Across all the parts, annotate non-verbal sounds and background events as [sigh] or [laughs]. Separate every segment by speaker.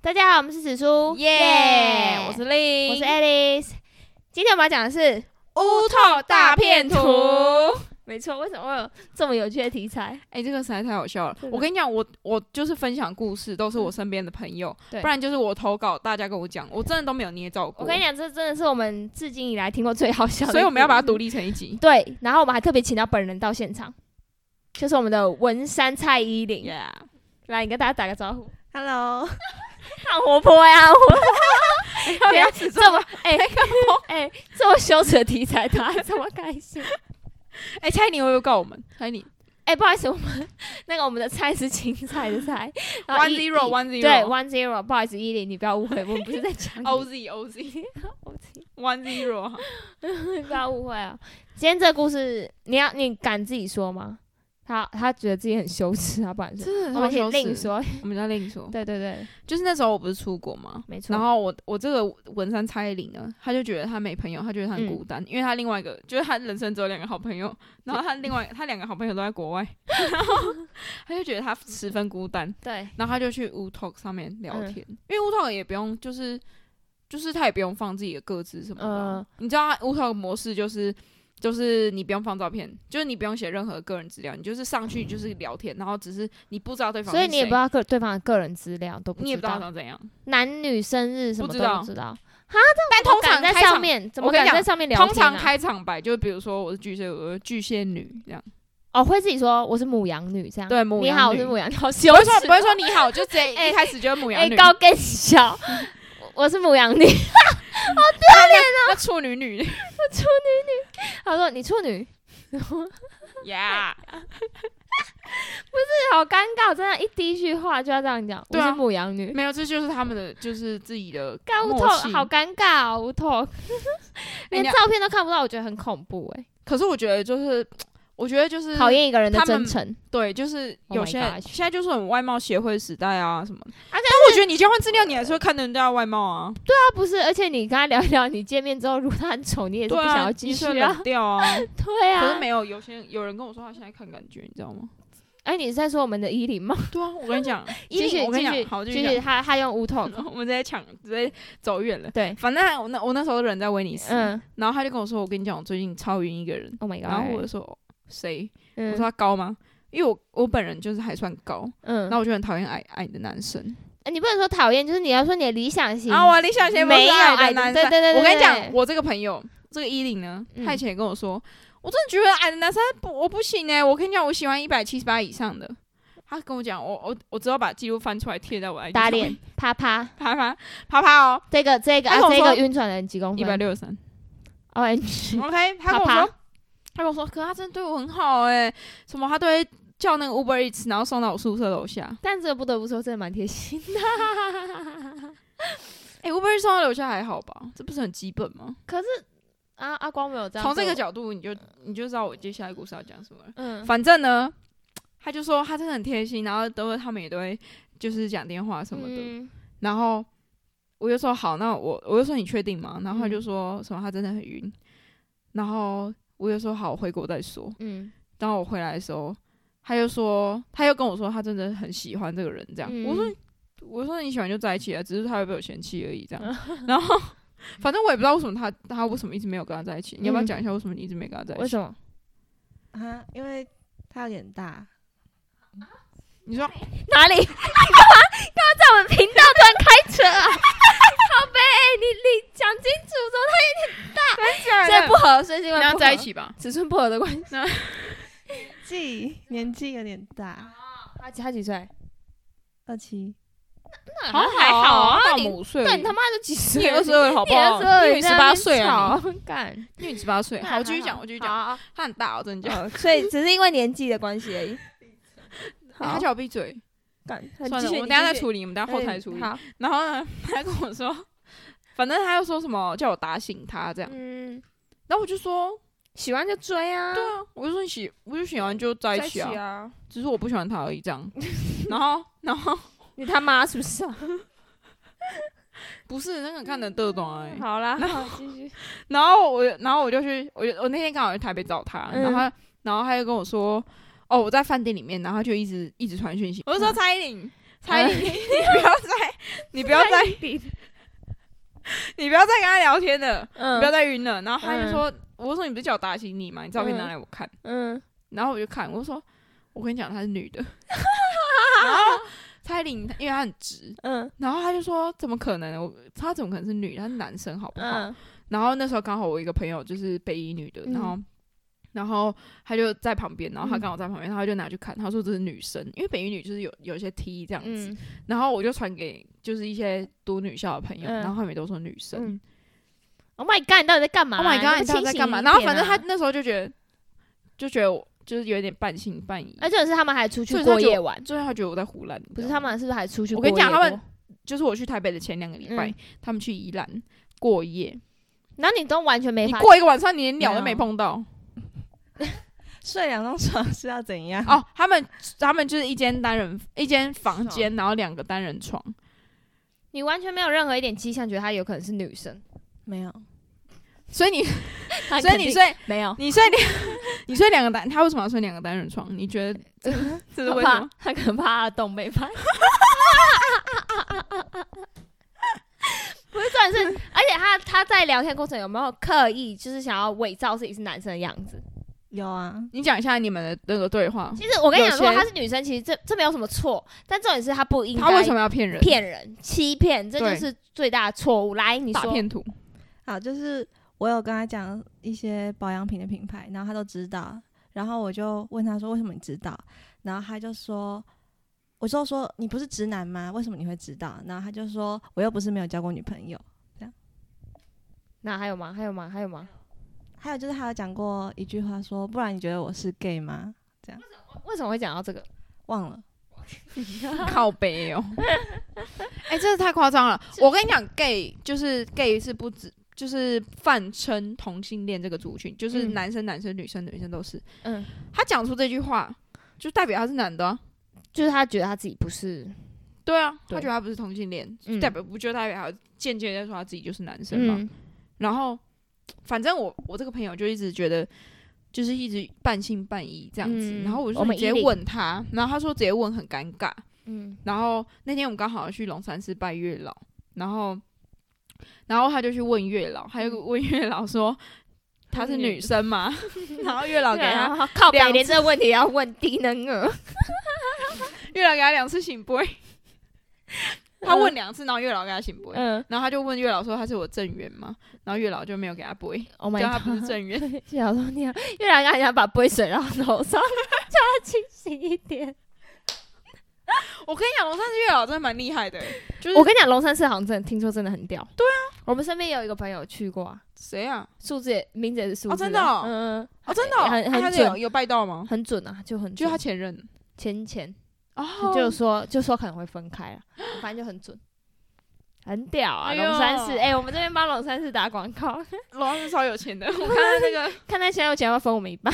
Speaker 1: 大家好，我们是紫苏，
Speaker 2: 耶！我是令，
Speaker 1: 我是 Alice。今天我们要讲的是
Speaker 2: 乌透大片图。
Speaker 1: [laughs] 没错，为什么会有这么有趣的题材？
Speaker 2: 哎、这个实在太好笑了
Speaker 1: 真！的
Speaker 2: 我跟你讲，我我就是分享故事，都是我身边的朋友，
Speaker 1: 嗯对
Speaker 2: 不然就是我投稿，大家跟我讲，我真的都没有捏造过。
Speaker 1: 我跟你讲，这真的是我们至今以来听过最好笑的一集，
Speaker 2: 哦所以我们要把它独立成
Speaker 1: [laughs]
Speaker 2: 一集。
Speaker 1: 对，然后我们还特别请到本人到现场，就是我们的文山蔡依林。
Speaker 2: [laughs] Yeah，
Speaker 1: 来，你跟大家打个招呼。[laughs]
Speaker 3: Hello，
Speaker 1: 好活泼呀、我
Speaker 2: 不要指
Speaker 1: 这么哎哎、这么羞耻的题材，他这么开心。
Speaker 2: 哎，蔡依林会不会告我们？蔡依林
Speaker 1: 哎、不好意思，我们 [laughs] 那个我们的菜是芹菜的
Speaker 2: [laughs]
Speaker 1: 菜
Speaker 2: one zero
Speaker 1: 哦一
Speaker 2: one zero，
Speaker 1: 对 one zero，不好意思，依林，你不要误会，我们不是在讲
Speaker 2: O
Speaker 1: 你，
Speaker 2: Z O Z one zero，
Speaker 1: [laughs] 你不要误会啊。今天这个故事，你要你敢自己说吗？他他觉得自己很羞耻，他不敢说。
Speaker 2: 真
Speaker 1: 我们请另，说，
Speaker 2: 我们叫另说。
Speaker 1: 对对
Speaker 2: [laughs]
Speaker 1: 对，
Speaker 2: 就是那时候我不是出国嘛，
Speaker 1: 没错
Speaker 2: 然后我我这个文山蔡依林呢，他就觉得他没朋友，他觉得他
Speaker 1: 嗯
Speaker 2: 很孤单，因为他另外一个就是他人生只有两个好
Speaker 1: [laughs]
Speaker 2: 朋友，然后他另外他两个好朋友都在国外，然后他就觉得他十分孤单，
Speaker 1: 对
Speaker 2: 然后他就去 w Talk 上面聊天，
Speaker 1: 嗯
Speaker 2: 因为 w Talk 也不用就是就是他也不用放自己的各自什么的啊、
Speaker 1: 嗯
Speaker 2: 你知道 w Talk 模式就是。就是你不用放照片，就是你不用写任何个人资料，你就是上去就是聊天，然后只是你不知道对方是
Speaker 1: 所
Speaker 2: 谁，
Speaker 1: 以你也不知道个对方的个人资料都不
Speaker 2: 你也
Speaker 1: 知
Speaker 2: 不知
Speaker 1: 道，
Speaker 2: 道长怎样。
Speaker 1: 男女生日什么
Speaker 2: 不
Speaker 1: 都
Speaker 2: 知道
Speaker 1: 不知道。
Speaker 2: 但
Speaker 1: 怎么
Speaker 2: 通常
Speaker 1: 敢在
Speaker 2: 开场
Speaker 1: 上面，怎么
Speaker 2: 我跟
Speaker 1: 敢
Speaker 2: 你
Speaker 1: 在
Speaker 2: 讲
Speaker 1: 上面聊天啊？
Speaker 2: 通常开场白就是比如说我是巨蟹，我是巨蟹女这样，
Speaker 1: 哦，会自己说我是母羊女这样。
Speaker 2: 对母
Speaker 1: 你
Speaker 2: 羊
Speaker 1: 好，我
Speaker 2: 女
Speaker 1: 是母羊，好羞
Speaker 2: 不会说
Speaker 1: 耻。
Speaker 2: 不会说你好，就直接
Speaker 1: 哎
Speaker 2: 一开始就是母羊
Speaker 1: 哎，
Speaker 2: 女，
Speaker 1: 高跟小，我我是母羊女。 [laughs]
Speaker 2: 那处女 [laughs] 女
Speaker 1: 他说你处女，
Speaker 2: 呀，
Speaker 1: 这好尴尬，真的，一第一句话就要这样讲，我
Speaker 2: 对啊
Speaker 1: 是母羊女。
Speaker 2: 没有，这就是他们的就是自己的
Speaker 1: 干无
Speaker 2: 默
Speaker 1: 头
Speaker 2: 契。哎
Speaker 1: 好尴尬哦，无
Speaker 2: [laughs]
Speaker 1: 头，连
Speaker 2: 你要
Speaker 1: 照片都看不到，我觉得很恐怖哎，
Speaker 2: 可是我觉得就是，我觉得就是
Speaker 1: 考验一个人的
Speaker 2: 他
Speaker 1: 真
Speaker 2: 们
Speaker 1: 诚。
Speaker 2: 对，就是有
Speaker 1: Oh my
Speaker 2: 些人
Speaker 1: gosh
Speaker 2: 现在就是很外貌协会时代啊什么的。
Speaker 1: 但
Speaker 2: 但我觉得你交换资料，你还是会看人家的外貌啊，
Speaker 1: 他不是，而且你跟他聊一聊，你见面之后，如果他很丑，你也是
Speaker 2: 对
Speaker 1: 不想
Speaker 2: 啊，
Speaker 1: 要
Speaker 2: 你
Speaker 1: 继
Speaker 2: 是
Speaker 1: 续
Speaker 2: 会
Speaker 1: 啊
Speaker 2: 冷。掉
Speaker 1: [laughs]
Speaker 2: 啊。[laughs]
Speaker 1: 对
Speaker 2: 可
Speaker 1: 啊
Speaker 2: 是，没有，有些人有人跟我说他现在看感觉，你知道吗？
Speaker 1: 哎，你是在说我们的依
Speaker 2: [laughs]
Speaker 1: 林吗？
Speaker 2: 对啊，我跟你讲，一
Speaker 1: 继续
Speaker 2: 定我跟你
Speaker 1: 继
Speaker 2: 讲，
Speaker 1: 续
Speaker 2: 好，继
Speaker 1: 继
Speaker 2: 续
Speaker 1: 续，
Speaker 2: 讲
Speaker 1: 他他用无
Speaker 2: [laughs]
Speaker 1: 头，
Speaker 2: 我们直接抢，直接走远了。
Speaker 1: 对，
Speaker 2: 反正我那我那时候人在威尼斯，
Speaker 1: 嗯
Speaker 2: 然后他就跟我说，我跟你讲，我最近超晕一个人。
Speaker 1: ，Oh my god，
Speaker 2: 然后我就说谁？我
Speaker 1: 嗯
Speaker 2: 说他高吗？因为我我本人就是还算高，
Speaker 1: 嗯
Speaker 2: 然后我就很讨厌矮矮的男生。
Speaker 1: 呃你不能说讨厌，就是你要说你的理想型。
Speaker 2: 啊，我理想型不是
Speaker 1: 没有
Speaker 2: 矮
Speaker 1: 矮
Speaker 2: 的
Speaker 1: 的
Speaker 2: 男生。
Speaker 1: 对对对对
Speaker 2: 我跟你
Speaker 1: 对
Speaker 2: 讲，我这个朋友这个依林呢，
Speaker 1: 嗯
Speaker 2: 他以前也跟我说，我真的觉得矮的男生不我不行哎、我跟你讲，我喜欢一百七十八以上的。他跟我讲，我我我只要把记录翻出来贴在我 IG
Speaker 1: 打
Speaker 2: 上面
Speaker 1: 脸，啪啪，
Speaker 2: 啪啪啪啪哦，
Speaker 1: 这个这个
Speaker 2: 他
Speaker 1: 啊，
Speaker 2: 跟我
Speaker 1: 这
Speaker 2: 说
Speaker 1: 个晕船的人几公
Speaker 2: 一
Speaker 1: 分哦哎
Speaker 2: 百六十三。
Speaker 1: ？O N
Speaker 2: [laughs]
Speaker 1: G，
Speaker 2: OK，他
Speaker 1: 啪
Speaker 2: 跟
Speaker 1: 嗯啪
Speaker 2: 我说，他跟我说，可他真的对我很好哎、什么他都会叫那个 Uber Eats，然后送到我宿舍楼下。
Speaker 1: 但这个不得不说真的蛮贴心的。
Speaker 2: 哎、u b e r Eats 送到楼下还好吧？这不是很基本吗？
Speaker 1: 可是啊，阿光没有这样。
Speaker 2: 从这个，角度，你就你就知道我接下来故事要讲什么了。
Speaker 1: 嗯，
Speaker 2: 反正呢，他就说他真的很贴心，然后都会他们也都会就是讲电话什么的。
Speaker 1: 嗯
Speaker 2: 然后我就说好，那我我就说你确定吗？然后他
Speaker 1: 嗯
Speaker 2: 就说什么他真的很晕。然后我就说好，我回国再说。
Speaker 1: 嗯，
Speaker 2: 然后我回来的时候，他就说，他又跟我说他真的很喜欢这个人，这样。
Speaker 1: 嗯
Speaker 2: 我说，我说你喜欢就在一起啊，只是他会被我嫌弃而已，这
Speaker 1: 嗯
Speaker 2: 样。 [laughs] 然后，反正我也不知道为什么他他为什么一直没有跟他在
Speaker 1: [laughs]
Speaker 2: 一起。你要不要
Speaker 1: 嗯
Speaker 2: 讲一下为什么你一直没跟他在一
Speaker 1: 为
Speaker 2: 起？
Speaker 1: 什么？
Speaker 3: 啊，因为他有点大，
Speaker 1: [laughs]
Speaker 2: 你说
Speaker 1: 哪
Speaker 2: [laughs]
Speaker 1: 里？你哎干嘛？干嘛在我们频道突然开车
Speaker 2: [laughs]
Speaker 1: 啊？好呗，你你讲清楚，说他所以不合，所以是因为
Speaker 2: 你要
Speaker 1: 不
Speaker 2: 在一
Speaker 1: 合，
Speaker 2: 起吧？
Speaker 1: 尺寸不合的关系。
Speaker 3: 纪年纪有点大，
Speaker 1: 他他几岁？
Speaker 3: 二七，
Speaker 1: 那
Speaker 2: 好
Speaker 1: 还好啊，
Speaker 2: 大
Speaker 1: 你
Speaker 2: 我五岁而已，
Speaker 1: 但你他妈都几岁？
Speaker 2: 你也二十二好不
Speaker 1: 你
Speaker 2: 好？
Speaker 1: 二十二，
Speaker 2: 因为你十八岁啊，
Speaker 1: 啊，干。
Speaker 2: 你因为你十八岁。好，我继续讲，我继续讲。
Speaker 1: 讲。
Speaker 2: 他很大哦，真的假的？
Speaker 1: 好
Speaker 3: [laughs]
Speaker 1: 所以只是因为年纪的关系而 [laughs] 已。
Speaker 2: 哎他叫我闭嘴。
Speaker 1: 干，
Speaker 2: 算了，我们等一下再处理，我们等一下后台处理。
Speaker 1: 嗯好，
Speaker 2: 然后呢， [laughs] 他跟我说，反正他又说什么叫我打醒他这样，
Speaker 1: 嗯，
Speaker 2: 然后我就说，
Speaker 1: 喜欢就追啊，
Speaker 2: 对啊，我就说你喜，我就喜欢就在一
Speaker 1: 在一起
Speaker 2: 起啊，
Speaker 1: 啊，
Speaker 2: 只是我不喜欢他而已这 [laughs] 样。然后，然后
Speaker 1: 你他妈是不是啊？
Speaker 2: 不是那个看得得懂哎。
Speaker 1: 好啦，好继
Speaker 2: [laughs]
Speaker 1: 续。
Speaker 2: 然后我，然后我就去，我就我那天刚好去台北找他，
Speaker 1: 嗯
Speaker 2: 然后他，然后他就跟我说，哦，我在饭店里面，然后他就一直一直传讯息，我就说蔡依林。蔡依 [laughs] 林，你不要再，你不要再， [laughs] 你不要再跟他聊天了，你
Speaker 1: 嗯
Speaker 2: 不要再晕了。然后他就说，我就说你不是叫我打醒你吗？你照片拿来我看。
Speaker 1: 嗯，
Speaker 2: 然后我就看，我就说我跟你讲，她是女
Speaker 1: [laughs]
Speaker 2: 的。然后蔡依林，因为她很直，
Speaker 1: 嗯
Speaker 2: 然后他就说怎么可能？我她怎么可能是女的？她是男生好不好？
Speaker 1: 嗯
Speaker 2: 然后那时候刚好我一个朋友就是北医女的，
Speaker 1: 嗯
Speaker 2: 然后、然后她就在旁边，然后她
Speaker 1: 嗯
Speaker 2: 刚好在旁边，她就拿去看，她说这是女生，因为北医女就是有有一些 T 这样子，
Speaker 1: 嗯
Speaker 2: 然后我就传给就是一些读女校的朋友，
Speaker 1: 嗯
Speaker 2: 然后他们也都说女生。
Speaker 1: 嗯，Oh my god，你到底在干嘛
Speaker 2: oh my
Speaker 1: 要
Speaker 2: god，
Speaker 1: 不
Speaker 2: 你到底在
Speaker 1: 清醒
Speaker 2: 干嘛？
Speaker 1: 一
Speaker 2: 然后
Speaker 1: 点
Speaker 2: 反正
Speaker 1: 啊
Speaker 2: 她那时候就觉得就觉得我就是有点半信半疑，
Speaker 1: 而且是他们还出去
Speaker 2: 所以他
Speaker 1: 过
Speaker 2: 就
Speaker 1: 夜玩，
Speaker 2: 最后她觉得我在胡乱，
Speaker 1: 不是他们是不是还出去
Speaker 2: 我
Speaker 1: 过
Speaker 2: 跟
Speaker 1: 夜
Speaker 2: 你
Speaker 1: 过？
Speaker 2: 讲他们就是我去台北的前两个礼拜，
Speaker 1: 嗯
Speaker 2: 他们去宜兰过夜，
Speaker 1: 然后你都完全没
Speaker 2: 你
Speaker 1: 发
Speaker 2: 过一个晚上你连鸟都
Speaker 3: 没
Speaker 2: 没
Speaker 3: 有
Speaker 2: 碰到。
Speaker 3: [laughs] 睡两张床是要怎样？
Speaker 2: 哦，他们他们就是一间单人一间房间，然后两个单人床。
Speaker 1: 你完全没有任何一点迹象觉得她有可能是女生，
Speaker 3: 没有，
Speaker 2: 所以你，所
Speaker 1: 所
Speaker 2: 以你睡，
Speaker 1: 没有，
Speaker 2: 你睡两， [laughs] 你睡两个单，他为什么要睡两个单人床？你觉得
Speaker 1: [laughs]
Speaker 2: 这这是
Speaker 1: 她
Speaker 2: 为什
Speaker 1: 怕
Speaker 2: 么？
Speaker 1: 她可能怕她的洞被发现。 [laughs] 不是重点是，而且她她在聊天过程有没有刻意就是想要伪造自己是男生的样子？
Speaker 3: 有啊，
Speaker 2: 你讲一下你们的那个对话，
Speaker 1: 其实我跟你讲，
Speaker 2: 有
Speaker 1: 如
Speaker 2: 些
Speaker 1: 果她是女生，其实这这没有什么错，但重点是她不应该
Speaker 2: 他为什么要骗人？
Speaker 1: 骗人、欺骗，这就
Speaker 2: 对
Speaker 1: 是最大的错误。来，你
Speaker 2: 大
Speaker 1: 说，
Speaker 2: 骗图。
Speaker 3: 好，就是我有跟他讲一些保养品的品牌，然后他都知道，然后我就问他说为什么你知道，然后他就说。我就说你不是直男吗？为什么你会知道？然后他就说我又不是没有交过女朋友。
Speaker 1: 那还有吗？还有吗？还有吗？
Speaker 3: 还有就是他有讲过一句话说，不然你觉得我是 gay 吗？
Speaker 1: 为什么会讲到这个？
Speaker 3: 忘了，
Speaker 2: 靠背哦。 [laughs] 哎、真的太夸张了！我跟你讲，gay 就是 gay 是不止，就是泛称同性恋这个族群，就是
Speaker 1: 嗯
Speaker 2: 男生、男生、女生、女生都是。
Speaker 1: 嗯，
Speaker 2: 他讲出这句话，就代表他是男的啊、
Speaker 1: 就是他觉得他自己不是，
Speaker 2: 对啊，他
Speaker 1: 对
Speaker 2: 觉得他不是同性恋，
Speaker 1: 嗯
Speaker 2: 代表不就代表他间接在说他自己就是男生嘛？
Speaker 1: 嗯
Speaker 2: 然后，反正我我这个朋友就一直觉得，就是一直半信半疑这样子。
Speaker 1: 嗯
Speaker 2: 然后我就
Speaker 1: 我
Speaker 2: 说
Speaker 1: 们
Speaker 2: 你直接
Speaker 1: 一零
Speaker 2: 问他，然后他说直接问很尴尬。
Speaker 1: 嗯
Speaker 2: 然后那天我们刚好去龙山寺拜月老，然后然后他就去问月老，他
Speaker 1: 嗯
Speaker 2: 就问月
Speaker 1: [laughs]
Speaker 2: 老说她是女生吗？ [laughs] 然后月老给
Speaker 1: 对啊
Speaker 2: 他
Speaker 1: 然后靠北
Speaker 2: 两次
Speaker 1: 连这个问题也要问低能
Speaker 2: [laughs]
Speaker 1: 儿，
Speaker 2: 月老给他两次
Speaker 1: [laughs]
Speaker 2: 醒杯，他问两次，然后月老给他醒杯，
Speaker 1: 嗯
Speaker 2: 然后他就问月老说他是我正缘吗？然后月老就没有给他杯，
Speaker 1: ，Oh
Speaker 2: 叫他
Speaker 1: my
Speaker 2: 不是
Speaker 1: god，
Speaker 2: 正缘。
Speaker 1: 月老说你好，月老刚想把杯水绕头上，叫他清醒一点。
Speaker 2: 我跟你讲，龙山寺月老真的蛮厉害的，就是
Speaker 1: [laughs] 我跟你讲，龙山寺好像真的听说真的很屌，对啊，我们身边有一个朋友去过啊，
Speaker 2: 谁啊？
Speaker 1: 数字也名字也是数字，
Speaker 2: 哦真的哦
Speaker 1: 嗯，嗯
Speaker 2: 哦，真的哦、
Speaker 1: 很
Speaker 2: 啊
Speaker 1: 很
Speaker 2: 他是
Speaker 1: 准
Speaker 2: 有有拜到吗
Speaker 1: 嗯？很准啊，就很
Speaker 2: 就
Speaker 1: 准
Speaker 2: 他前任
Speaker 1: 前前
Speaker 2: 哦，
Speaker 1: 就说就说可能会分开了，反正就很准。很屌啊，
Speaker 2: 哎
Speaker 1: 龙
Speaker 2: 呦
Speaker 1: 山寺！哎、我们这边帮龙山寺打广 [laughs] 告，
Speaker 2: 龙山寺超有钱 [laughs] 的，我看他那个
Speaker 1: 看他现在有钱要不要分我们一 [laughs] 半。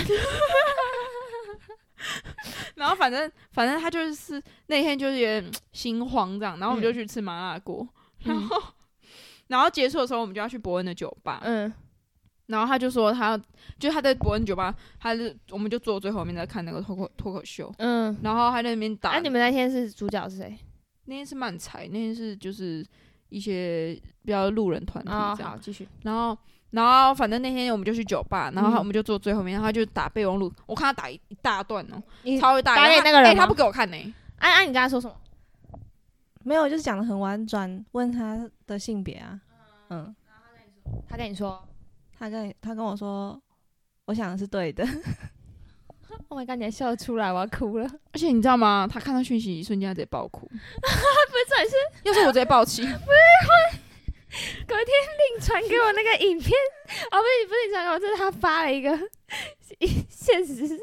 Speaker 2: 然后反正反正他就是那天就是有点心慌这样，然后我们就去吃麻辣锅，然后、然后结束的时候我们就要去伯恩的酒吧，
Speaker 1: 嗯
Speaker 2: 然后他就说他就他在伯恩酒吧，他是我们就坐最后面在看那个脱口脱口秀，
Speaker 1: 嗯，
Speaker 2: 然后他在那边打，
Speaker 1: 那、你们那天是主角是谁？
Speaker 2: 那天是漫才，那天是就是一些比较路人团体
Speaker 1: 哦，
Speaker 2: 这样，
Speaker 1: 好，继续。
Speaker 2: 然后。然后反正那天我们就去酒吧，然后
Speaker 1: 嗯
Speaker 2: 他我们就坐最后面，然后他就打备忘录，我看他打一一大段哦，
Speaker 1: 你
Speaker 2: 超大一
Speaker 1: 打
Speaker 2: 段，
Speaker 1: 给
Speaker 2: 他
Speaker 1: 那个人
Speaker 2: 哎他
Speaker 1: 吗
Speaker 2: 不给我看呢、
Speaker 1: 安安，你刚才说什么？
Speaker 3: 没有，就是讲的很婉转，问他的性别啊。嗯，
Speaker 1: 他跟你说
Speaker 3: 他跟他跟我说，我想的是对的。
Speaker 1: ：“Oh my god，你还笑得出来，我要哭了。
Speaker 2: 而且你知道吗？他看到讯息一瞬间，他直接爆 [laughs] 哭。”
Speaker 1: 他不是重点是
Speaker 2: 要是我直接爆 [laughs] 气，
Speaker 1: 隔天另传给我那个影片，哦，不是，不是你传给我，这是他发了一个一现实是，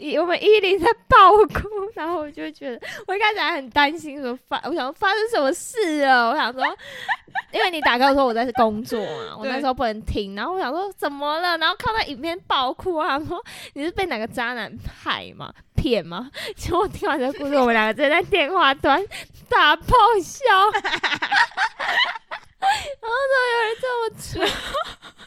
Speaker 1: 一我们依琳在爆哭，然后我就觉得，我一开始还很担心，说发，我想说发生什么事了，我想
Speaker 2: [laughs]
Speaker 1: 说，因为你打给我说我在工作嘛，我那
Speaker 2: 对
Speaker 1: 时候不能听，然后我想说怎么了，然后看到影片爆哭啊，说你是被哪个渣男害吗？骗吗？结果我听完这个故事，我们两个真的在电话端大爆
Speaker 2: [laughs]
Speaker 1: 笑。然后怎么有
Speaker 2: [laughs]
Speaker 1: 人这么蠢？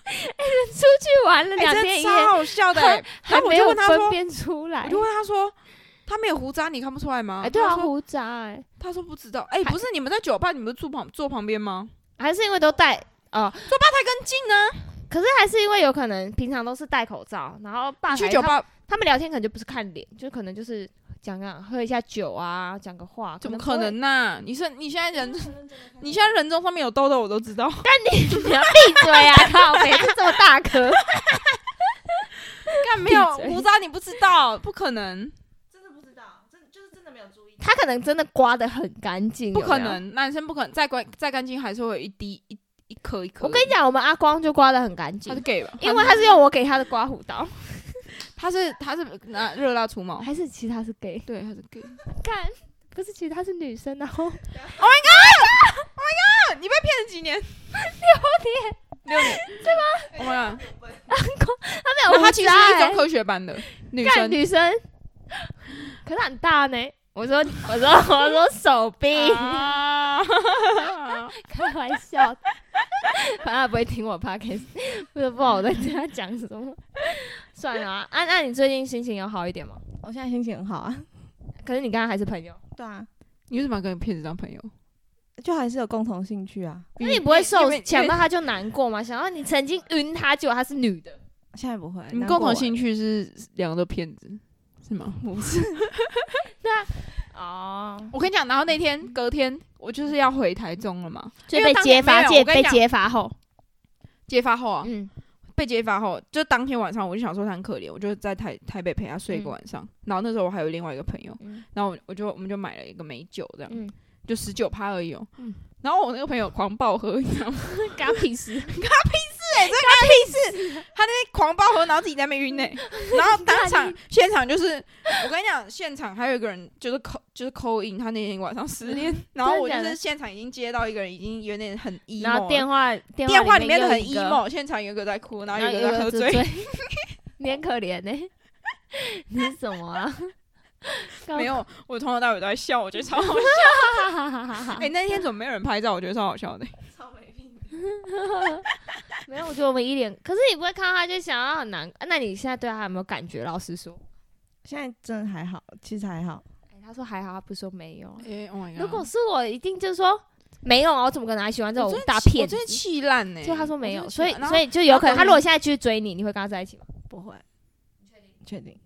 Speaker 1: 哎、人出去玩了
Speaker 2: 哎
Speaker 1: 两
Speaker 2: 真
Speaker 1: 天
Speaker 2: 的
Speaker 1: 一夜，
Speaker 2: [laughs] 超好笑的、
Speaker 1: 还
Speaker 2: 然后我
Speaker 1: 没
Speaker 2: 就
Speaker 1: 有
Speaker 2: 问他
Speaker 1: 分
Speaker 2: 说，
Speaker 1: 辨出来
Speaker 2: 我就。问他说，他没有胡渣，你看不出来吗？
Speaker 1: 哎、对啊，
Speaker 2: 他说
Speaker 1: 胡渣哎、
Speaker 2: 他说不知道。哎、不是你们在酒吧，你们住旁坐吧台边吗？
Speaker 1: 还是因为都戴哦，
Speaker 2: 跟进呢，
Speaker 1: 可是还是因为有可能平常都是戴口罩，然后吧
Speaker 2: 你
Speaker 1: 台
Speaker 2: 去酒
Speaker 1: 他们
Speaker 2: 吧
Speaker 1: 他们聊天可能就不是看脸，就可能就是讲讲喝一下酒啊，讲个话，
Speaker 2: 怎么
Speaker 1: 不会
Speaker 2: 可？能呢、你是你现在人，你现在人中上面有痘痘，我都知道。
Speaker 1: 你要 [laughs] 闭嘴啊！靠北，这这么 [laughs] 大颗，
Speaker 2: [laughs] 干没有
Speaker 1: 闭嘴
Speaker 2: 胡渣，你不知道，不可能，
Speaker 3: 真的不知道，真就是真的没有注意。
Speaker 1: 他可能真的刮得很干净，
Speaker 2: 不
Speaker 1: 有
Speaker 2: 可
Speaker 1: 没有。
Speaker 2: 能，男生不可能再干再干净还是会有一滴一一颗一颗。
Speaker 1: 我跟你，讲，我们阿光就刮得很干
Speaker 2: 他
Speaker 1: 净
Speaker 2: 是，gay 吧？
Speaker 1: 因为他是用我给他的刮胡刀，
Speaker 2: 他是他是拿热辣
Speaker 1: [laughs]
Speaker 2: 除毛，
Speaker 1: 还是其实他是 gay？
Speaker 2: 对，他是 gay。
Speaker 1: 看，不是，其实他是女生，然后
Speaker 2: 你被骗了几年？六年，六年，对吗？ [laughs] 我 my god！
Speaker 1: 他没
Speaker 2: 那
Speaker 1: 有
Speaker 2: 他
Speaker 1: 胡
Speaker 2: 其实是一
Speaker 1: 渣欸
Speaker 2: 种科学班的女
Speaker 1: 干
Speaker 2: 生，
Speaker 1: 女生，可是很大呢。我说，我 [laughs] 说，我说手臂，
Speaker 2: 啊
Speaker 1: 开玩笑的， [laughs] 反正他不会听我 podcast，不知道我在跟他讲什么。算了啊，安、安，你最近心情有好一点吗？
Speaker 3: 我现在心情很好啊，
Speaker 1: 可是你刚刚还是朋友，
Speaker 3: 对啊，
Speaker 2: 你为什么要跟骗子当朋友？
Speaker 3: 就还是有共同兴趣啊。
Speaker 1: 那你不会
Speaker 2: 因
Speaker 1: 受
Speaker 2: 为因为
Speaker 1: 想到他就难过吗？想到你曾经晕他，结果他是女的，
Speaker 3: 现在不会，
Speaker 2: 你们
Speaker 3: 哎难
Speaker 2: 共
Speaker 3: 过欸
Speaker 2: 同
Speaker 3: 我
Speaker 2: 兴趣是两个都骗子，是吗？
Speaker 3: 不是？
Speaker 1: 哦，
Speaker 2: 我跟你讲，然后那天隔天我就是要回台中了嘛，
Speaker 1: 就
Speaker 2: 因为
Speaker 1: 被
Speaker 2: 当
Speaker 1: 揭
Speaker 2: 年没
Speaker 1: 发，
Speaker 2: 有
Speaker 1: 揭
Speaker 2: 我跟你
Speaker 1: 被
Speaker 2: 讲
Speaker 1: 揭发后，
Speaker 2: 揭发后啊，
Speaker 1: 嗯，
Speaker 2: 被揭发后，就当天晚上我就想说他很可怜，我就在台台北陪他睡一个晚上。然后那时候我还有另外一个朋友，
Speaker 1: 嗯
Speaker 2: 然后我我就我们就买了一个美酒，这样、
Speaker 1: 嗯
Speaker 2: 就十九趴而已哦、
Speaker 1: 嗯
Speaker 2: 然后我那个朋友狂暴喝，你
Speaker 1: [laughs]
Speaker 2: 知道吗？
Speaker 1: 跟他屁事，
Speaker 2: 狂暴喝，然后自己在那边晕
Speaker 1: [laughs]
Speaker 2: 呢、然后当场现场就是，我跟你讲，现场还有一个人就是扣就是扣印，他那天晚上失
Speaker 1: [laughs]
Speaker 2: 恋，然后我就
Speaker 1: 真的假
Speaker 2: 是
Speaker 1: 的
Speaker 2: 现场已经接到一个人已经有点很 emo，
Speaker 1: [laughs] 然后电
Speaker 2: 话
Speaker 1: 话啊电
Speaker 2: 电
Speaker 1: 话
Speaker 2: 里面的
Speaker 1: 又
Speaker 2: 很
Speaker 1: 一个
Speaker 2: emo，现场有一个在哭，然后有一个
Speaker 1: 又
Speaker 2: 在喝
Speaker 1: 是
Speaker 2: [laughs] 醉，，
Speaker 1: 你很可怜呢、 [laughs] 你是什么啊？ [laughs]
Speaker 2: 没有，我从头到尾都在笑，我觉得超
Speaker 1: 哈
Speaker 2: 好
Speaker 1: 哈哈哈哈
Speaker 2: 哎、那天怎么没有人拍照？我觉得超好笑的、
Speaker 3: 超没品。
Speaker 1: [laughs] 没有，我觉得我们一脸，可是你不会看到他就想要很难。啊那你现在对他有没有感觉？老实说，
Speaker 3: 现在真的还好，其实还好。
Speaker 1: 哎、他说还好，他不是说没有啊。
Speaker 2: [laughs] 哎、o h my god！
Speaker 1: 如果是我，一定就说没有啊，我怎么可能还喜欢这
Speaker 2: 我
Speaker 1: 种
Speaker 2: 真的
Speaker 1: 大
Speaker 2: 气
Speaker 1: 骗
Speaker 2: 我
Speaker 1: 子
Speaker 2: 真的？气烂呢。
Speaker 1: 就他说没有，
Speaker 2: 我
Speaker 1: 所
Speaker 2: 真的
Speaker 1: 以
Speaker 2: 气烂
Speaker 1: 所以就有可能他如果现在去追你，你会跟他在一起吗？
Speaker 3: 不会，确定？确定？ [laughs]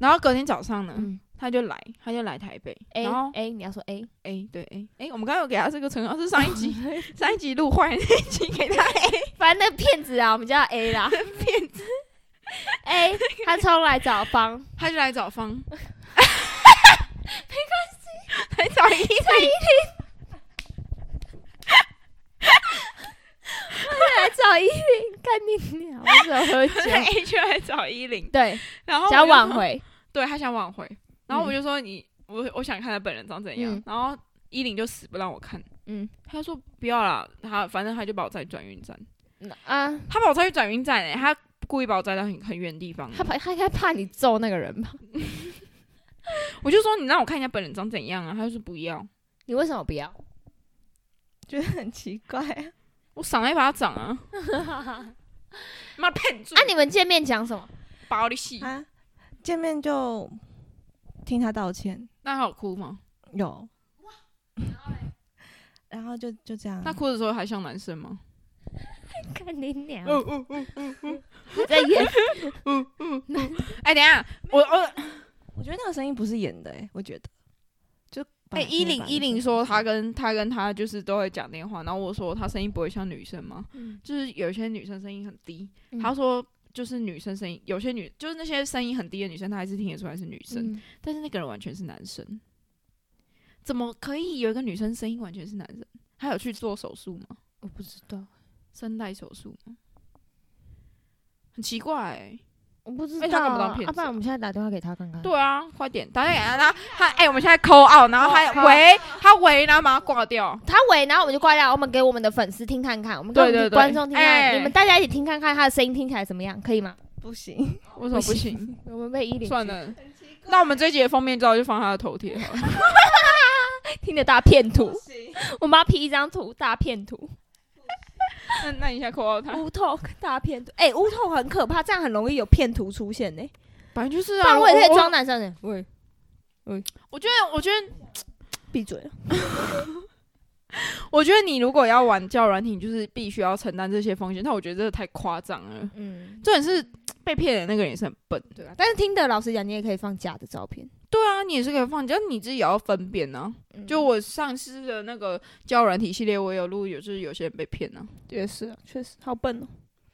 Speaker 2: 然后然后隔天早上呢，
Speaker 1: 嗯
Speaker 2: 他就来，他就来台北。
Speaker 1: ，A
Speaker 2: 然后
Speaker 1: A，你要哎说 A，
Speaker 2: A 对 A 哎、我们刚刚有给他这个称号，是上一
Speaker 1: 哦
Speaker 2: 集 [laughs] 上一集录坏那一集给
Speaker 1: [laughs]
Speaker 2: 他 A
Speaker 1: 反正那骗子啊，我们叫他 A
Speaker 2: [laughs]
Speaker 1: 啦，骗子 [laughs] A，他冲来找方，
Speaker 2: 他就来找
Speaker 1: [laughs]
Speaker 2: 方，没关系，来找一
Speaker 1: 来找依琳，看你俩，我怎么喝 [laughs] 酒？
Speaker 2: A 就来找依林，
Speaker 1: 对，
Speaker 2: 然后我
Speaker 1: 想要
Speaker 2: 就
Speaker 1: 挽
Speaker 2: 说
Speaker 1: 回，
Speaker 2: 对他想挽回，然后我就说你，我我想看他本人长怎样，
Speaker 1: 嗯
Speaker 2: 然后依林就死不让我看，
Speaker 1: 嗯
Speaker 2: 他就说不要啦，他反正他就把我载去转运站，
Speaker 1: 嗯啊，
Speaker 2: 他把我载去转运站诶、欸他故意把我载到很很远的地方，
Speaker 1: 他怕他应该怕你揍那个人吧？
Speaker 2: 我就说你让我看一下本人长怎样啊，他就说不要，
Speaker 1: 你为什么不要？
Speaker 3: 觉得很奇怪、啊。
Speaker 2: 我赏了一巴
Speaker 1: [laughs]
Speaker 2: 掌啊，妈骗子，
Speaker 1: [laughs] 啊，你们见面讲什么？
Speaker 2: 把我的戏，
Speaker 3: 啊，见面就听他道歉，
Speaker 2: 那他有哭吗？
Speaker 3: 有。 [laughs] 然后就就这样
Speaker 2: 他，哭的时候还像男生吗？
Speaker 1: 看你 [laughs] 俩
Speaker 2: 哦哦哦，
Speaker 1: 在演，
Speaker 2: 哎，等一下，我我
Speaker 3: 哎我觉得那个声音不是演的、欸，我觉得。就把
Speaker 2: 哎，依
Speaker 3: 那
Speaker 2: 林
Speaker 3: 个
Speaker 2: 依林说他跟他跟他就是都会讲电话，然后我说他声音不会像女生吗？
Speaker 1: 嗯
Speaker 2: 就是有些女生声音很低，
Speaker 1: 嗯
Speaker 2: 他说就是女生声音，有些女就是那些声音很低的女生，她还是听得出来是女生，
Speaker 1: 嗯
Speaker 2: 但是那个人完全是男生，怎么可以有一个女生声音完全是男生？他有去做手术吗？
Speaker 1: 我不知道，
Speaker 2: 声带手术吗？很奇怪、欸，
Speaker 1: 我不知
Speaker 2: 哎
Speaker 1: 道
Speaker 2: 他敢
Speaker 1: 啊
Speaker 2: 不当，骗
Speaker 1: 要
Speaker 2: 子
Speaker 1: 不然我们现在打电话给他看看。
Speaker 2: 对啊，快点打电话给他，然后 [laughs] 他哎、我们现在扣哦 out，然后他
Speaker 1: 好
Speaker 2: 喂他喂，然后马上挂掉。
Speaker 1: 他尾，然后我们就挂掉。我们给我们的粉丝听看看，我们给我们的
Speaker 2: 对对对
Speaker 1: 观众听看看，
Speaker 2: 哎
Speaker 1: 你们大家一起听看看他的声音听起来怎么样，可以吗？
Speaker 3: 不行，
Speaker 2: 为什么
Speaker 1: 不
Speaker 2: 不
Speaker 1: 行
Speaker 2: 行？
Speaker 1: 我们被依琳
Speaker 2: 算了，那我们这一集的封面照就放他的头 [laughs] 贴好了。
Speaker 1: 听得大片图，
Speaker 3: 行，
Speaker 1: 我们要 P 一张图，大片图，
Speaker 2: 那那你现在扣到他，
Speaker 1: 乌透大片图。哎，乌透很可怕，这样很容易有骗图出现呢。
Speaker 2: 反正就是
Speaker 1: 不
Speaker 2: 啊，
Speaker 1: 然我也可以
Speaker 2: 我
Speaker 1: 装男生的。喂，
Speaker 2: 我觉得，我觉得，
Speaker 4: 闭嘴了。
Speaker 2: 我觉得你如果要玩教软体，你就是必须要承担这些风险。但我觉得这个太夸张了。
Speaker 4: 嗯，
Speaker 2: 重点是被骗的那个人也是很笨。
Speaker 4: 对啊。但是听的老实讲，你也可以放假的照片。
Speaker 2: 对啊，你也是可以放，但你自己也要分辨呢、
Speaker 4: 嗯
Speaker 2: 就我上次的那个教软体系列，我有录，有就是有些人被骗 [laughs] 呢、
Speaker 4: 也是啊，确实好笨哦。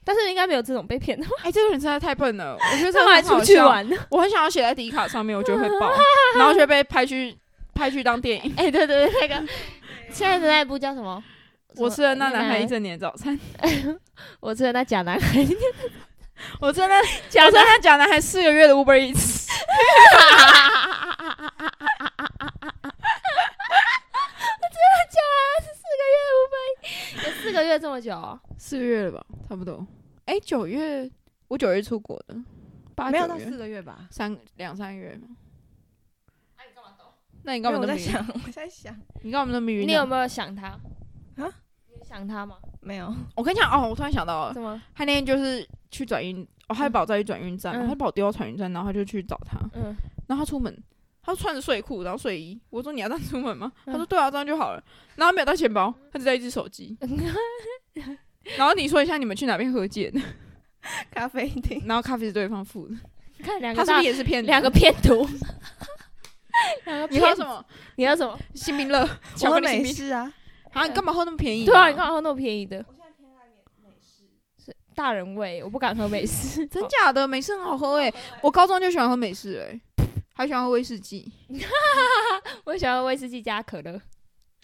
Speaker 4: 但是应该没有这种被骗的，
Speaker 2: 哎、这个人实在太笨了，我觉得
Speaker 4: 他
Speaker 2: 这个
Speaker 4: [laughs] 们还
Speaker 2: 很好
Speaker 4: 出去
Speaker 2: 笑，
Speaker 4: 玩呢。
Speaker 2: 我很想要写在底卡上面，我觉得会爆， [laughs] 然后就被拍去拍去当 [laughs] 电影。
Speaker 1: 哎、对对对，那 [laughs] 个
Speaker 4: 现在的那一部叫什么？
Speaker 2: 我吃了那男孩一
Speaker 4: 什么
Speaker 2: 整年的早餐，
Speaker 1: 我真的那假男孩，
Speaker 2: 我真的，我真的 [laughs] 假男孩四个月的 Uber Eats，
Speaker 1: 四个月这么久、哦，
Speaker 2: 四个月了吧，差不多。哎、九月，我九月出国的，八
Speaker 3: 没有
Speaker 2: 九
Speaker 3: 到
Speaker 2: 月
Speaker 3: 四个月吧？
Speaker 2: 三两三月嘛。那啊你干嘛
Speaker 3: 因为
Speaker 2: 都
Speaker 3: 我在
Speaker 2: 没
Speaker 3: 想， [laughs] 我在想，
Speaker 2: 你干嘛都没晕啊？
Speaker 1: 你有没有想他
Speaker 3: 啊？
Speaker 1: 你有想他吗？
Speaker 3: 没有，
Speaker 2: 我跟你讲哦，我突然想到了，
Speaker 1: 怎么？
Speaker 2: 他那天就是去转运，哦，他把我载去转运站，
Speaker 1: 嗯
Speaker 2: 他把我丢到转运站，然后他就去找他，
Speaker 1: 嗯，
Speaker 2: 然后他出门，他穿着睡裤，然后睡衣，我说你要这样出门吗？
Speaker 1: 嗯
Speaker 2: 他说对啊，这样就好了。然后他没有带钱包，他只带一只手
Speaker 1: [laughs]
Speaker 2: 机。然后你说一下你们去哪边和解的，
Speaker 3: 咖啡厅。
Speaker 2: 然后咖啡是对方付的，
Speaker 1: 看两
Speaker 2: 他
Speaker 1: 个
Speaker 2: 是不
Speaker 1: 大
Speaker 2: 是也是骗你
Speaker 1: 两个？骗徒，两个
Speaker 2: 你
Speaker 1: 骗
Speaker 2: 喝什么？
Speaker 1: 你要什么？
Speaker 2: 新冰乐、
Speaker 3: 我
Speaker 2: 巧克
Speaker 3: 喝
Speaker 2: 力新
Speaker 3: 美
Speaker 2: 冰
Speaker 3: 式 [laughs] 啊，
Speaker 2: 啊？你干嘛喝那么便宜？
Speaker 1: 对啊，你干嘛喝那么便宜的？我现在偏爱美式，是大人味，我不敢喝美 [laughs] 式。
Speaker 2: 真假的？美式很好喝诶、我高中就喜欢喝美式诶、还喜欢喝威士忌。
Speaker 1: 我喜欢喝威士忌加可乐，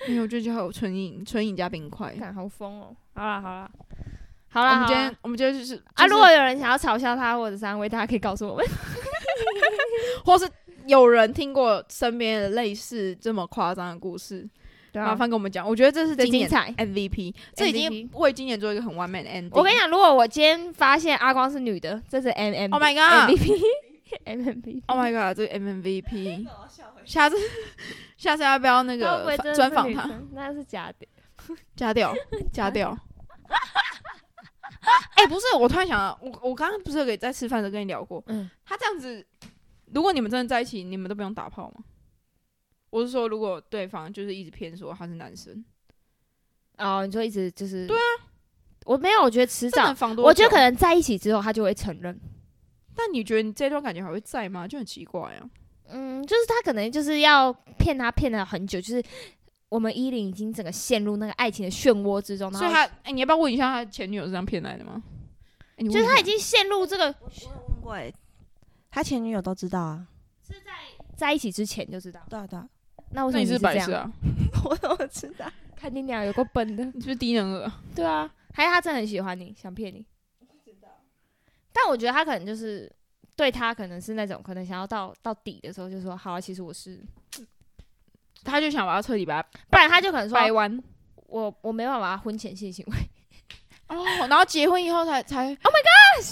Speaker 2: 没有，最近还有纯饮，纯饮加冰块。
Speaker 1: 感好疯哦。好啦好啦好
Speaker 2: 我
Speaker 1: 啦，
Speaker 2: 们今
Speaker 1: 好
Speaker 2: 天
Speaker 1: 啦
Speaker 2: 我们今天就是
Speaker 1: 啊，
Speaker 2: 就是
Speaker 1: 如果有人想要嘲笑他或者是安慰他，可以告诉我们。
Speaker 2: 或是有人听过身边的类似这么夸张的故事，
Speaker 1: 对啊
Speaker 2: 麻烦跟我们讲。我觉得这是
Speaker 1: 最
Speaker 2: 今
Speaker 1: 精
Speaker 2: 年
Speaker 1: 彩。
Speaker 2: MVP，这已经为今年做一个很完美的 ending。
Speaker 1: 我跟你讲，如果我今天发现阿光是女的，这是 M M
Speaker 2: ，Oh my God，Oh
Speaker 1: MVP [laughs] M M B。
Speaker 2: Oh my God，这个 MVP，下次 [laughs] 下次要不要那
Speaker 1: 会不
Speaker 2: 个
Speaker 1: 会真的是
Speaker 2: 专访
Speaker 1: 女
Speaker 2: 他？
Speaker 1: 生？那是假的。[laughs]
Speaker 2: 加掉，加掉。 [laughs] 哎、不是，我突然想到，我我刚刚不是有给在吃饭的时候跟你聊过，
Speaker 1: 嗯
Speaker 2: 他这样子，如果你们真的在一起，你们都不用打炮吗？我是说，如果对方就是一直骗说他是男生，
Speaker 1: 哦，你就一直就是对啊，我没有，我觉得迟
Speaker 2: 这
Speaker 1: 早
Speaker 2: 能，防多久？
Speaker 1: 我觉得可能在一起之后，他就会承认。
Speaker 2: 但你觉得你这段感情还会在吗？就很奇怪啊。
Speaker 1: 嗯，就是他可能就是要骗他骗了很久，就是我们依琳已经整个陷入那个爱情的漩涡之中，然
Speaker 2: 所
Speaker 1: 后
Speaker 2: 以他，哎、你要不要问一下他前女友是这样骗来的吗？哎你问
Speaker 1: 就是
Speaker 2: 一
Speaker 1: 他
Speaker 2: 下
Speaker 1: 已经陷入这个
Speaker 3: 问过欸他前女友都知道啊。
Speaker 1: 在一起之前就知道。
Speaker 3: 对啊对啊， [laughs]
Speaker 1: 那为什么
Speaker 2: 那你
Speaker 1: 你
Speaker 2: 是
Speaker 1: 是这
Speaker 2: 白痴
Speaker 1: 样？
Speaker 2: 啊？
Speaker 3: 我怎么知道？
Speaker 1: 看你俩有够笨
Speaker 2: [laughs]
Speaker 1: 的。
Speaker 2: 你是不是低能儿？
Speaker 1: 对啊，还是他真的很喜欢你，想骗你？但我觉得他可能就是对他可能是那种可能想要到到底的时候就说好、啊，其实我是，
Speaker 2: 他就想把他彻底把他
Speaker 1: 不然他就可能说
Speaker 2: 掰
Speaker 1: 啊
Speaker 2: 弯
Speaker 1: 我我没办法婚前性
Speaker 2: [laughs]
Speaker 1: 行为。
Speaker 2: 哦，然后结婚以后才才
Speaker 1: Oh my god!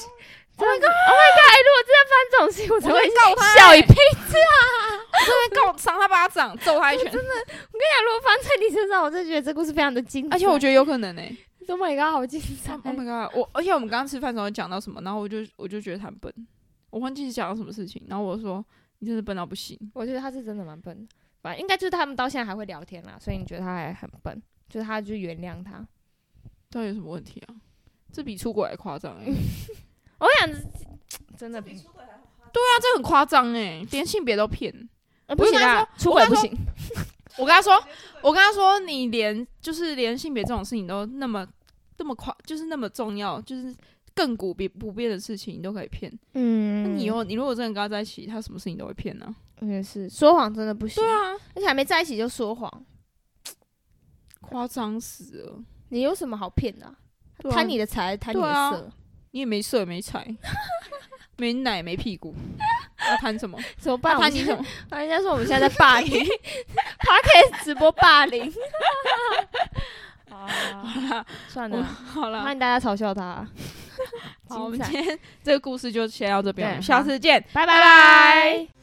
Speaker 1: Oh my god! 哎如果真的发生这种事情，我
Speaker 2: 我
Speaker 1: 才会
Speaker 2: 会告他、欸
Speaker 1: 笑一
Speaker 2: 辈子啊！ [laughs] 我真的告赏他巴掌，揍他一拳。
Speaker 1: 我跟你 [laughs] 讲，如果发生在你身上，我真的觉得这故事非常的精彩。
Speaker 2: 而且我觉得有可能呢、欸
Speaker 1: [laughs] 得，Oh my god，好精彩
Speaker 2: Oh！my god！我而且我们刚刚吃饭的时候讲到什么，然后我就我就觉得他很笨，我忘记讲到什么事情，然后我说你真的笨到不行。
Speaker 1: 我觉得他是真的蛮笨的，反正应该就是他们到现在还会聊天啦，啊所以你觉得他还很笨，就是他就原谅他。
Speaker 2: 到底有什么问题啊？这比出国还夸张 [laughs] 哎！
Speaker 1: 我想真的，
Speaker 2: 那这很夸张哎，连性别都骗。
Speaker 1: 呃
Speaker 2: 我
Speaker 1: 不
Speaker 2: 就
Speaker 1: 行
Speaker 2: 跟他
Speaker 1: 啊，出
Speaker 2: 我
Speaker 1: 轨
Speaker 2: 跟
Speaker 1: 不
Speaker 2: 他
Speaker 1: 行。
Speaker 2: 我跟他说，我跟他说，你连就是连性别这种事情都那么那么夸，就是那么重要，就是亘古不不变的事情，你都可以骗。那
Speaker 1: 嗯
Speaker 2: 你以后你如果真的跟他在一起，他什么事情都会骗呢、啊
Speaker 1: 也是说谎真的不行，
Speaker 2: 对啊，
Speaker 1: 而且还没在一起就说谎，
Speaker 2: 夸张死了！
Speaker 1: 你有什么好骗的啊、
Speaker 2: 对啊
Speaker 1: 贪你的财，贪你的
Speaker 2: 对啊
Speaker 1: 色，
Speaker 2: 你也没色没财， [laughs] 没奶没屁股，要谈什么？
Speaker 1: 怎么办？
Speaker 2: 要谈你什么？
Speaker 1: 我们现在？人家说我们现在在霸凌 [laughs] ，Parkes 直播霸凌。 [laughs] 啊，算
Speaker 2: 我
Speaker 1: 了，
Speaker 2: 好
Speaker 1: [laughs]
Speaker 2: 啦，
Speaker 1: 欢迎大家嘲笑他啊，
Speaker 2: 好，我们
Speaker 1: 精彩
Speaker 2: 今天这个故事就先到这边，我们
Speaker 1: 对
Speaker 2: 下
Speaker 1: 好
Speaker 2: 次见。
Speaker 1: 拜
Speaker 2: 拜拜
Speaker 1: 拜。